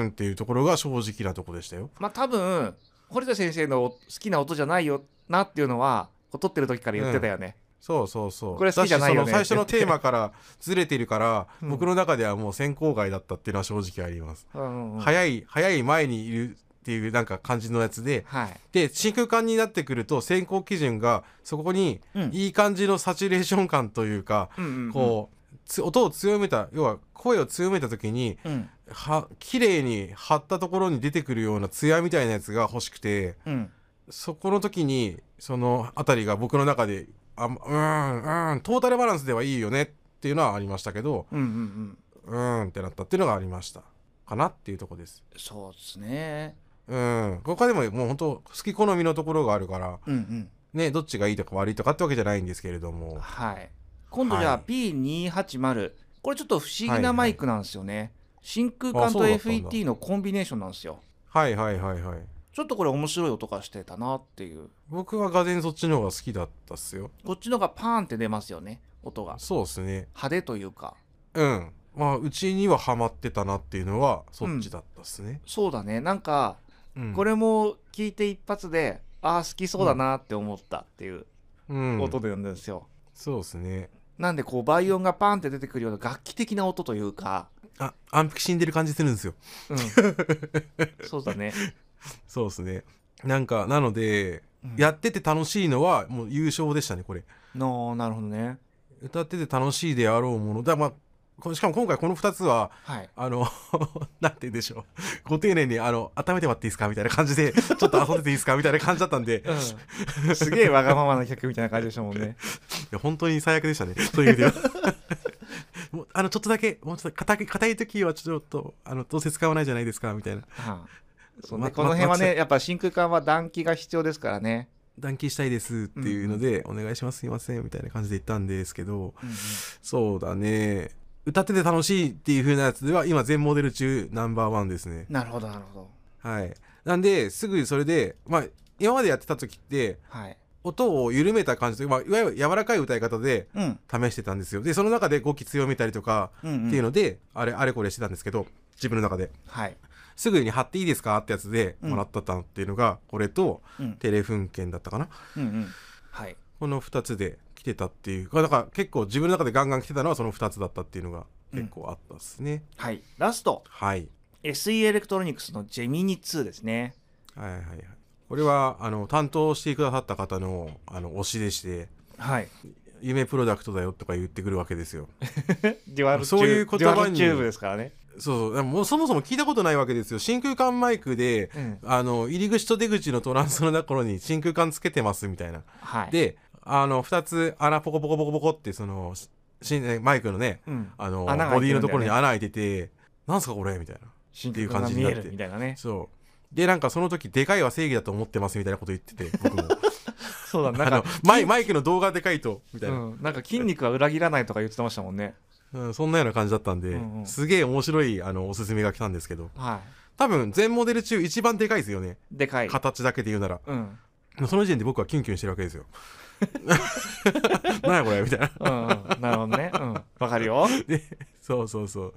Speaker 2: ーんっていうところが正直なとこでしたよ
Speaker 1: まあ多分堀田先生の好きな音じゃないよなっていうのはこう撮ってる時から言ってたよね、
Speaker 2: そうそうそう
Speaker 1: これ好きじゃないよね
Speaker 2: だしその最初のテー
Speaker 1: <laughs>
Speaker 2: マからずれてるから、
Speaker 1: うん
Speaker 2: 僕の中ではもう選考外だったっていうのは正直あります
Speaker 1: うんうんうんはい、
Speaker 2: 早い早い前にいるっていうなんか感じのやつでで真空管になってくると選考基準がそこに
Speaker 1: うん
Speaker 2: いい感じのサチュレーション感というか、
Speaker 1: うんうんうん
Speaker 2: こうつ音を強めた要は声を強めた時に
Speaker 1: うん
Speaker 2: は綺麗に張ったところに出てくるような艶みたいなやつが欲しくて
Speaker 1: うん
Speaker 2: そこの時にその辺りが僕の中であうーんうーんトータルバランスではいいよねっていうのはありましたけど
Speaker 1: うんうんうん
Speaker 2: うーんってなったっていうのがありましたかなっていうとこです。
Speaker 1: そうですね
Speaker 2: うん、他でももう本当好き好みのところがあるから
Speaker 1: うん
Speaker 2: ねどっちがいいとか悪いとかってわけじゃないんですけれど
Speaker 1: うん
Speaker 2: も
Speaker 1: はい今度じゃあ
Speaker 2: は
Speaker 1: P280 これちょっと不思議
Speaker 2: はいは
Speaker 1: ないマイクなんですよね、真空管
Speaker 2: あそ
Speaker 1: と
Speaker 2: うだったんだ
Speaker 1: FET のコンビネーションなんですよ
Speaker 2: はいはいはいはい
Speaker 1: ちょっとこれ面白い音がしてたなっていう
Speaker 2: 僕はがぜんそっちの方が好きだったっすよ
Speaker 1: こっちのがパーンって出ますよね音が
Speaker 2: そうっすね
Speaker 1: 派手というか
Speaker 2: うんまあうちにはハマってたなっていうのはそっちだったっすね、
Speaker 1: そうだねなんか
Speaker 2: うん
Speaker 1: これも聞いて一発でああ好きそうだなって思ったっていう
Speaker 2: うん
Speaker 1: 音なんですよ、
Speaker 2: そうっすね
Speaker 1: なんでこう倍音がパンって出てくるような楽器的な音というか
Speaker 2: あ暗服死んでる感じするんですよ <laughs>
Speaker 1: うんそうだね、
Speaker 2: そうですねなんかなので、
Speaker 1: うん
Speaker 2: やってて楽しいのはもう優勝でしたねこれ
Speaker 1: のなるほどね
Speaker 2: 歌ってて楽しいであろうものだまあこしかも今回この2つは
Speaker 1: はい
Speaker 2: あの <laughs> なんて言うんでしょうご丁寧にあの温めてもらっていいですかみたいな感じでちょっと遊んでていいですかみたいな感じだったんで
Speaker 1: うん、 <laughs> すげえわがままな客みたいな感じでしたもんね。
Speaker 2: いや本当に最悪でしたね <laughs> そういう意味ではもうあのちょっとだけもうちょっと硬い硬い時はちょっとあのどうせ使わないじゃないですかみたいな
Speaker 1: はあそうね
Speaker 2: ま
Speaker 1: この辺は
Speaker 2: ま
Speaker 1: ね、やっぱ真空管は暖気が必要ですからね。
Speaker 2: 断気したいですっていうので、お願いしますすいませんみたいな感じで言ったんですけどそうだね歌ってて楽しいっていう風なやつでは今全モデル中ナンバーワンですね
Speaker 1: なるほど、なるほど。
Speaker 2: はいなんですぐそれでまあ今までやってた時って
Speaker 1: はい。
Speaker 2: 音を緩めた感じとまあ、いわゆる柔らかい歌い方で
Speaker 1: うん。
Speaker 2: 試してたんですよでその中で語気強めたりとか
Speaker 1: うんうん
Speaker 2: っていうので、あれあれこれしてたんですけど自分の中で
Speaker 1: はい。
Speaker 2: すぐに貼っていいですかってやつで
Speaker 1: うん
Speaker 2: もらったたんっていうのが、これと
Speaker 1: うん。
Speaker 2: テレフン券だったかな
Speaker 1: うんうん。はい。
Speaker 2: この2つで来てたっていうだから結構自分の中でガンガン来てたのはその2つだったっていうのが結構あったっすね、
Speaker 1: はい。ラスト、
Speaker 2: はい
Speaker 1: SE エレクトロニクスのジェミニ2ですね。
Speaker 2: はいはいはいこれはあの担当してくださった方のあの推しでして
Speaker 1: はい。
Speaker 2: 夢プロダクトだよとか言ってくるわけですよ
Speaker 1: デュアルチュー
Speaker 2: そういう言葉に
Speaker 1: デュアルチューブですからね。
Speaker 2: そうそうでももうそもそも聞いたことないわけですよ真空管マイクで
Speaker 1: うん。
Speaker 2: あの入り口と出口のトランスのところに真空管つけてますみたいな
Speaker 1: はい。、
Speaker 2: であの2つ穴ポコポコポコポコってそのしマイクのね
Speaker 1: うん。
Speaker 2: あの
Speaker 1: 穴が開
Speaker 2: ボ
Speaker 1: いて
Speaker 2: デ
Speaker 1: るんだよね
Speaker 2: ィのところに穴開いてて「なんすかこれ」みたいな
Speaker 1: 真
Speaker 2: ってい
Speaker 1: 空
Speaker 2: う
Speaker 1: 管
Speaker 2: 感
Speaker 1: が見
Speaker 2: じになっ
Speaker 1: え
Speaker 2: て
Speaker 1: るみたいなね。
Speaker 2: そうでなんかその時でかいは正義だと思ってますみたいなこと言ってて僕も
Speaker 1: <laughs> そうだ、な
Speaker 2: あ
Speaker 1: ん
Speaker 2: の
Speaker 1: か、
Speaker 2: マイマイクの動画でかいとみたいうな、
Speaker 1: ん。なんか筋肉は裏切らないとか言ってましたもんね。
Speaker 2: うん、そんなような感じだったんで、
Speaker 1: うんうん
Speaker 2: すげえ面白いあのおすすめが来たんですけど
Speaker 1: は
Speaker 2: 多分全モデル中一番でかいですよね
Speaker 1: い。でかい。
Speaker 2: 形だけで言うなら
Speaker 1: うん。
Speaker 2: その時点で僕はキュンキュンしてるわけです
Speaker 1: <laughs>
Speaker 2: よ <laughs> なんやこれみたいな
Speaker 1: うんうん、なるほどね。うん。わかるよ。
Speaker 2: そうそうそう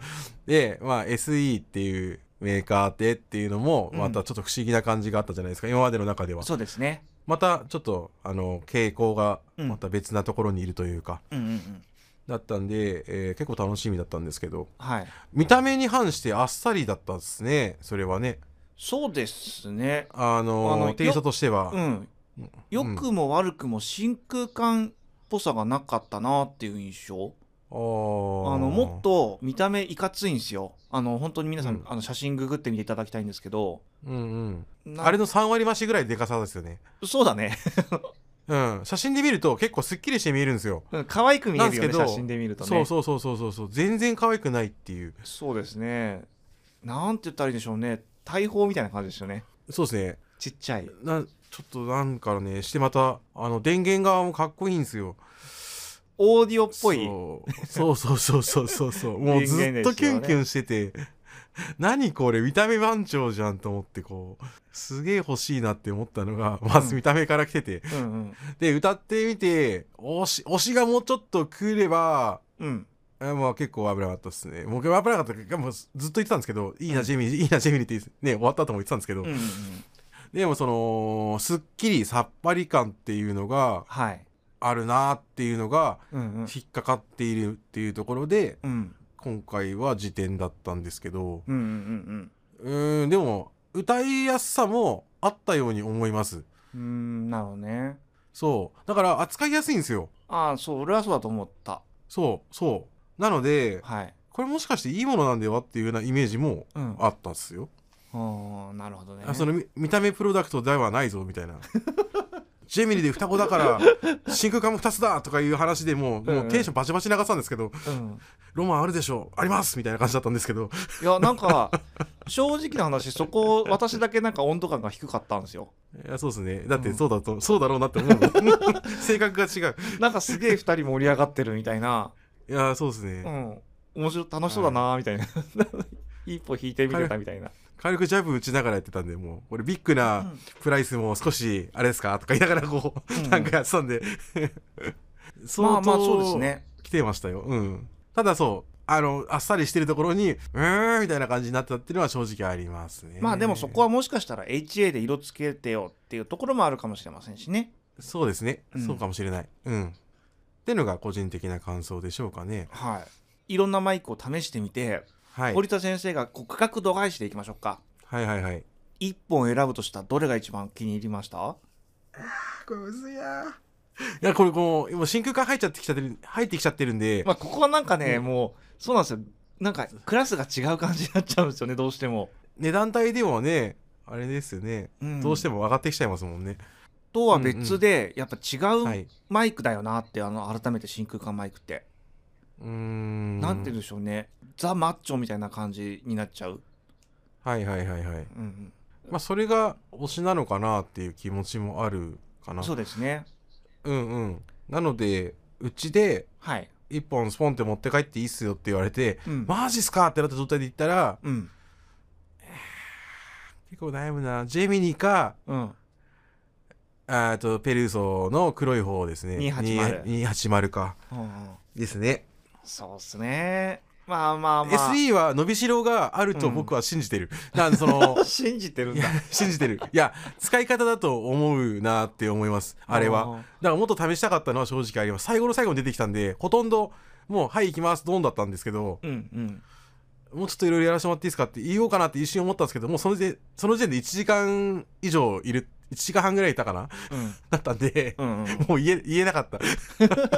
Speaker 2: でまあ SE っていうメーカーでっていうのも
Speaker 1: うん
Speaker 2: またちょっと不思議な感じがあったじゃないですか、今までの中では
Speaker 1: そうですね。
Speaker 2: またちょっとあの傾向が
Speaker 1: うん
Speaker 2: また別なところにいるというか、
Speaker 1: うんうんうん。
Speaker 2: だったんで、えー結構楽しみだったんですけど
Speaker 1: はい。
Speaker 2: 見た目に反してあっさりだったんですねそれはね
Speaker 1: そうですね。
Speaker 2: あの
Speaker 1: あの
Speaker 2: ー
Speaker 1: よ
Speaker 2: テイストとしては、
Speaker 1: うん。良
Speaker 2: うん
Speaker 1: くも悪くも真空管っぽさがなかったなっていう印象。
Speaker 2: あ
Speaker 1: あ
Speaker 2: の
Speaker 1: の、もっと見た目いかついんですよ。あの、本当に皆さん、
Speaker 2: うん
Speaker 1: あの写真ググってみていただきたいんですけど。
Speaker 2: うんうん
Speaker 1: な
Speaker 2: あれの3割増しぐらいでかさですよね
Speaker 1: そうだね。 <laughs>
Speaker 2: うん写真で見ると結構すっきりして見えるんですよ
Speaker 1: うん可愛く見えるよ
Speaker 2: なん
Speaker 1: ね、
Speaker 2: ですけど
Speaker 1: 写真で見るとね。
Speaker 2: そうそうそうそうそうそう全然可愛くないっていう
Speaker 1: そうですね。なんて言ったらいいんでしょうね。大砲みたいな感じですよね。
Speaker 2: そうですね
Speaker 1: ちっちゃい。
Speaker 2: なちょっとなんかねしてまたあの電源側もかっこいいんですよ
Speaker 1: オーディオっぽい。
Speaker 2: そうそうそうそうそうそ
Speaker 1: <laughs>
Speaker 2: うそうもうず
Speaker 1: 電源
Speaker 2: っ
Speaker 1: で
Speaker 2: と
Speaker 1: す
Speaker 2: キ
Speaker 1: よね
Speaker 2: ュンキュンしてて、何これ見た目番長じゃんと思ってこうすげえ欲しいなって思ったのがま
Speaker 1: う
Speaker 2: ず
Speaker 1: ん
Speaker 2: 見た目から来てて、
Speaker 1: うん
Speaker 2: で歌ってみて推し推しがもうちょっと来れば
Speaker 1: うん。うん。
Speaker 2: あまあ結構危なかったですね。僕は危なかったけど、もうずっと言ってたんですけど、いいな、ジェミニ、いいな、ジェミニってね、終わった後も言ってたんですけど、
Speaker 1: うんうんうん。
Speaker 2: でもその、すっきりさっぱり感っていうのが
Speaker 1: はい。
Speaker 2: あるなっていうのが、
Speaker 1: うんうん。
Speaker 2: 引っかかっているっていうところで、
Speaker 1: うん
Speaker 2: 今回は時点だったんですけど、
Speaker 1: うんうんうん
Speaker 2: うーん、でも、歌いやすさもあったように思います。
Speaker 1: うんうーんなるほどね
Speaker 2: そう。だから扱いやすいんですよ。
Speaker 1: ああそう俺はそうだと思った
Speaker 2: そう、そう。なので、
Speaker 1: はい
Speaker 2: これもしかしていいものなんではっていうようなイメージも
Speaker 1: うん
Speaker 2: あったんですよ。
Speaker 1: あなるほどね
Speaker 2: あそのみ見た目プロダクトではないぞみた
Speaker 1: <laughs>
Speaker 2: いなジェミニで双子だから真空管も2つだとかいう話でもう,、
Speaker 1: うんうん
Speaker 2: もうテンションバチバチ流したんですけど
Speaker 1: うん、
Speaker 2: ロマンあるでしょうありますみたいな感じだったんですけど
Speaker 1: いやなんか正直な話そこ私だけなんか温度感が低かったんですよ
Speaker 2: いやそうですねだっ
Speaker 1: う
Speaker 2: て
Speaker 1: ん
Speaker 2: そうだと、そうだろうなって思うもん <laughs> 性格が違う
Speaker 1: なんかすげえ2人盛り上がってるみたいない
Speaker 2: やそうですね、
Speaker 1: うん面白い楽しそうだなーみたいな <laughs> 一歩引いてみてたみたいな
Speaker 2: 軽くジャブ打ちながらやってたんでもうこれビッグなプライスも少しあれですかとか言いながらこう、
Speaker 1: うん
Speaker 2: なんかやってた
Speaker 1: <laughs>
Speaker 2: んで相
Speaker 1: ま
Speaker 2: 当
Speaker 1: あまあそうですね
Speaker 2: 来てましたよ。うん。ただそう、あの、あっさりしてるところに、うーんみたいな感じになってたっていうのは正直ありますね。
Speaker 1: まあでもそこはもしかしたら HA で色つけてよっていうところもあるかもしれませんしね
Speaker 2: そうですね。
Speaker 1: うん
Speaker 2: そうかもしれない。うん。ってのが個人的な感想でしょうかね。
Speaker 1: はいいろんなマイクを試してみて
Speaker 2: はい
Speaker 1: 堀田先生がこう価格度外視でいきましょうか
Speaker 2: はいはいはい
Speaker 1: 1本選ぶとしたらどれが一番気に入りました
Speaker 2: これむずいやいやこれこうもう真空管入っちゃってきちゃってる入ってきちゃってるんで、
Speaker 1: まあここはなんかね、
Speaker 2: うん
Speaker 1: もうそうなんですよなんかクラスが違う感じになっちゃうんですよねどうしても、
Speaker 2: 値段帯でもねあれですよね、どうして
Speaker 1: も
Speaker 2: も上がってきちゃいますもんね、
Speaker 1: とは別で、やっぱ
Speaker 2: は
Speaker 1: 違う
Speaker 2: い
Speaker 1: マイクだよなってあの改めて真空管マイクって、
Speaker 2: うーん
Speaker 1: なんて言うんでしょうねザ・マッチョみたいな感じになっちゃう、
Speaker 2: はいはいはいはい
Speaker 1: うん
Speaker 2: まあそれが推しなのかなっていう気持ちもあるか
Speaker 1: う、
Speaker 2: なん
Speaker 1: そうですね
Speaker 2: うんうんなのでうちで
Speaker 1: はい、
Speaker 2: 一本スポンって持って帰っていいっすよって言われて、
Speaker 1: うん
Speaker 2: マジっすかってなった状態で行ったら
Speaker 1: うん
Speaker 2: 結構悩むなジェミニか
Speaker 1: うん
Speaker 2: あーとペルーソの黒い方ですね
Speaker 1: 280
Speaker 2: 280か
Speaker 1: うんうん
Speaker 2: ですね、
Speaker 1: そうっすねまあまあまあ
Speaker 2: SE は伸びしろがあると僕は信じてる、なん
Speaker 1: <laughs>
Speaker 2: その
Speaker 1: 信じてるん
Speaker 2: いや
Speaker 1: だ
Speaker 2: 信じてるいや使い方だと思うなって思いますあれはだからもっと試したかったのは正直あります最後の最後に出てきたんでほとんどもうはい行きますドンだったんですけど
Speaker 1: うんうん
Speaker 2: もうちょっといろいろやらせてもらっていいですかって言おうかなって一瞬思ったんですけどもうその時点その時点で1時間以上いる1時間半ぐらいいたかな
Speaker 1: うん
Speaker 2: だった
Speaker 1: <laughs>
Speaker 2: んで
Speaker 1: うんうん
Speaker 2: もう言え言えなかった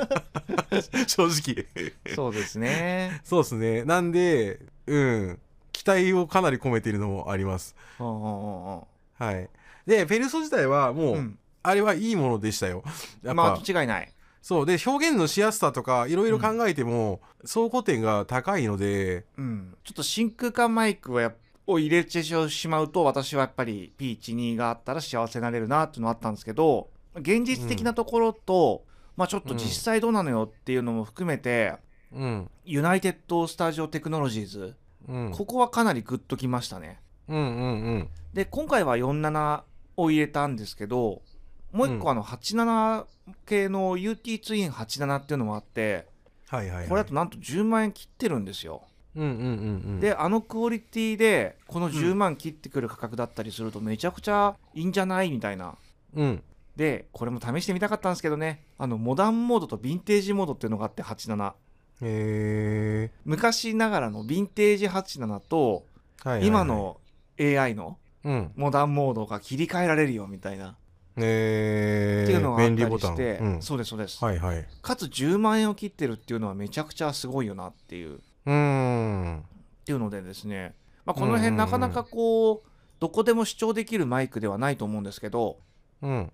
Speaker 2: <laughs> 正直
Speaker 1: そうですね
Speaker 2: そうですねなんでうん期待をかなり込めているのもあります
Speaker 1: うんうんうん
Speaker 2: はいでペルソ自体はもう、
Speaker 1: うん
Speaker 2: あれはいいものでしたよやっぱ、
Speaker 1: まあ間違いない
Speaker 2: そうで表現のしやすさとかいろいろ考えても、倉庫点が高いので
Speaker 1: うん、ちょっと真空管マイクはやっを入れてしまうと私はやっぱり P12 があったら幸せになれるなっていうのはあったんですけど現実的なところと、まあちょっと実際どうなのよっていうのも含めて、
Speaker 2: うん
Speaker 1: ユナイテッド・スタジオ・テクノロジーズ、
Speaker 2: うん
Speaker 1: ここはかなりグッときましたね
Speaker 2: うんうんうん
Speaker 1: で今回は47を入れたんですけどもう一個
Speaker 2: うん
Speaker 1: あの87系の UT ツイン87っていうのもあって
Speaker 2: はいはい、はい、
Speaker 1: これだとなんと10万円切ってるんですよ
Speaker 2: うんうんうんうん
Speaker 1: であのクオリティでこの
Speaker 2: ん
Speaker 1: 10万切ってくる価格だったりするとめちゃくちゃいいんじゃないみたいな
Speaker 2: うん
Speaker 1: でこれも試してみたかったんですけどねあのモダンモードとヴィンテージモードっていうのがあって87
Speaker 2: へえ
Speaker 1: 昔ながらのヴィンテージ87と
Speaker 2: ーはいはいはい、
Speaker 1: 今の AI の
Speaker 2: うん
Speaker 1: モダンモードが切り替えられるよみたいな
Speaker 2: えー、
Speaker 1: っていうのがあった
Speaker 2: 便利ボ
Speaker 1: り
Speaker 2: タン
Speaker 1: して
Speaker 2: うん、
Speaker 1: そうですそうです
Speaker 2: はいはい。
Speaker 1: かつ10万円を切ってるっていうのはめちゃくちゃすごいよなっていう
Speaker 2: うーん。
Speaker 1: っていうのでですね、まあ、こ
Speaker 2: うん
Speaker 1: の
Speaker 2: うんう
Speaker 1: 辺
Speaker 2: ん
Speaker 1: なかなかこうどこでも視聴できるマイクではないと思うんですけど
Speaker 2: うん。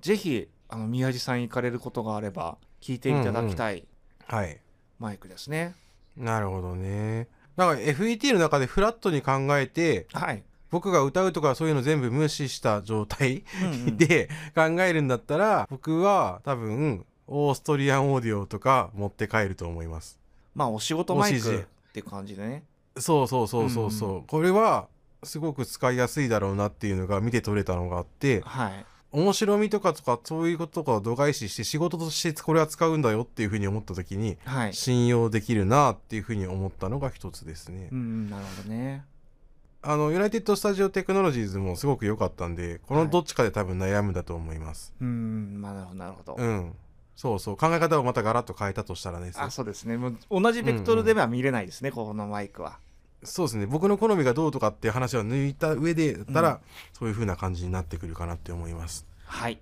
Speaker 1: ぜひあの宮地さん行かれることがあれば聞いていただきたい
Speaker 2: はい。
Speaker 1: マイクですね。
Speaker 2: なるほどね。だから FET の中でフラットに考えて、 <laughs>
Speaker 1: はい、
Speaker 2: 僕が歌うとかそういうの全部無視した状態
Speaker 1: うんうん
Speaker 2: で考えるんだったら、僕は多分、オーストリアンオーディオとか持って帰ると思います。
Speaker 1: まあお仕事マイ
Speaker 2: OCG
Speaker 1: クって感じでね。
Speaker 2: そうそうそうそうそう。
Speaker 1: うんう
Speaker 2: これは、すごく使いやすいだろうなっていうのが見て取れたのがあって、
Speaker 1: はい、
Speaker 2: 面白みとかとかそういうこととかを度外視して仕事としてこれは使うんだよっていうふうに思った時に
Speaker 1: はい、
Speaker 2: 信用できるなっていうふうに思ったのが一つですね、
Speaker 1: うんうん、なるほどね。
Speaker 2: あのユナイテッド・スタジオ・テクノロジーズもすごく良かったんでこのどっちかで多分悩むんだと思います、
Speaker 1: うんうん、まあなるほどなるほど。
Speaker 2: うんそうそう考え方をまたガラッと変えたとしたらね
Speaker 1: あそうですねもう同じベクトルでは見れないですね、このマイクは。
Speaker 2: そうですね僕の好みがどうとかっていう話を抜いた上でだったら、
Speaker 1: うん
Speaker 2: そういうふうな感じになってくるかなって思います
Speaker 1: はい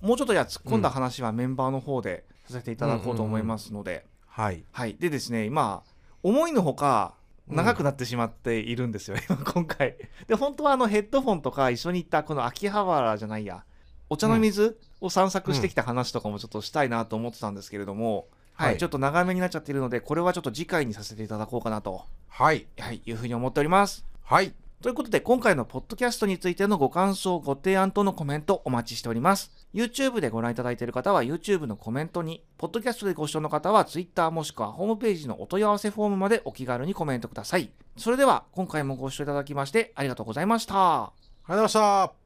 Speaker 1: もうちょっとじゃあ突っ込んだ話はメンバーの方でさせていただこうと思いますので、
Speaker 2: はい
Speaker 1: はい、でですね今思いのほか長くなってしまっているんですよ、今今回で本当はあのヘッドフォンとか一緒に行ったこの秋葉原じゃないやお茶の水を散策してきた話とかもちょっとしたいなと思ってたんですけれども、はい
Speaker 2: はい
Speaker 1: ちょっと長めになっちゃっているのでこれはちょっと次回にさせていただこうかなと、
Speaker 2: はい
Speaker 1: はい、いうふうに思っております
Speaker 2: はい
Speaker 1: ということで、今回のポッドキャストについてのご感想、ご提案とのコメントお待ちしております。YouTube でご覧いただいている方は YouTube のコメントに、ポッドキャストでご視聴の方は Twitter もしくはホームページのお問い合わせフォームまでお気軽にコメントください。それでは、今回もご視聴いただきましてありがとうございました。
Speaker 2: ありがとうございました